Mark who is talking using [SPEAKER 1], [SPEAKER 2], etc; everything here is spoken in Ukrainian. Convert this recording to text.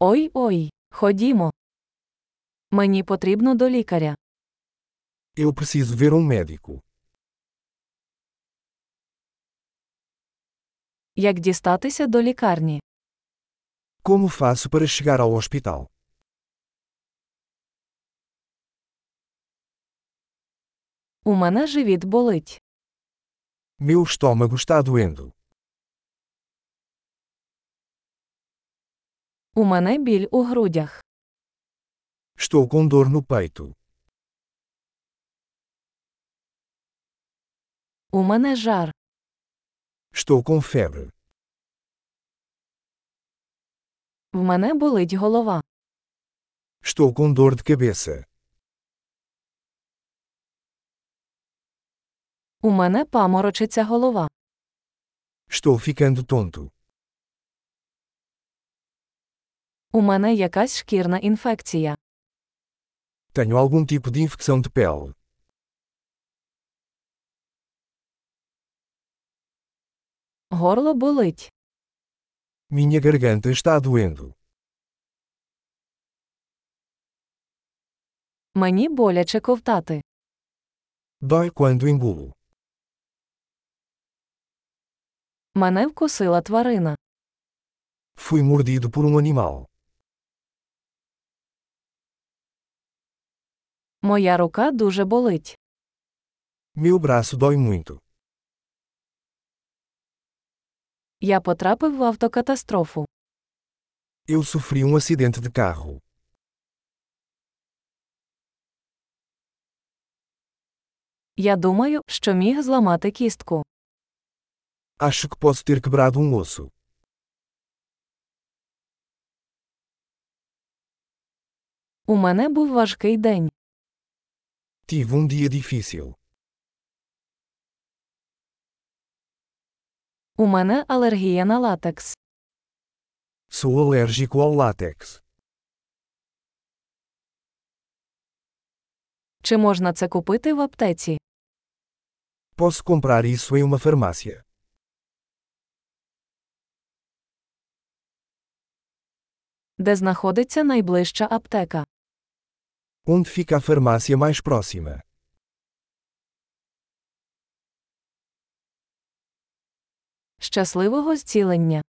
[SPEAKER 1] Ой ой, ходімо. Мені потрібно до лікаря.
[SPEAKER 2] Eu preciso ver um médico.
[SPEAKER 1] Як дістатися до лікарні?
[SPEAKER 2] Como faço para chegar ao hospital?
[SPEAKER 1] У мене живіт болить.
[SPEAKER 2] Meu estômago está doendo.
[SPEAKER 1] У мене біль у грудях.
[SPEAKER 2] Estou com dor no peito.
[SPEAKER 1] У мене жар.
[SPEAKER 2] Estou com febre.
[SPEAKER 1] В мене болить голова.
[SPEAKER 2] Estou com dor de cabeça.
[SPEAKER 1] У мене паморочиться голова.
[SPEAKER 2] Estou ficando tonto.
[SPEAKER 1] У мене якась шкірна інфекція.
[SPEAKER 2] Tenho algum tipo de infecção de pele.
[SPEAKER 1] Горло болить.
[SPEAKER 2] Minha garganta está doendo.
[SPEAKER 1] Мені боляче ковтати.
[SPEAKER 2] Dói quando engulo.
[SPEAKER 1] Мене вкусила тварина.
[SPEAKER 2] Fui mordido por um animal.
[SPEAKER 1] Моя рука дуже болить.
[SPEAKER 2] Meu braço dói muito.
[SPEAKER 1] Я потрапив в автокатастрофу.
[SPEAKER 2] Eu sofri um acidente de carro.
[SPEAKER 1] Я думаю, що міг зламати кістку.
[SPEAKER 2] Acho que posso ter quebrado um osso.
[SPEAKER 1] У мене був важкий день.
[SPEAKER 2] Tive um dia difícil.
[SPEAKER 1] У мене алергія на латекс.
[SPEAKER 2] Sou alérgico ao látex.
[SPEAKER 1] Чи можна це купити в аптеці?
[SPEAKER 2] Posso comprar isso em uma farmácia.
[SPEAKER 1] Де знаходиться найближча аптека?
[SPEAKER 2] Onde fica a farmácia mais próxima?
[SPEAKER 1] Щасливого зцілення!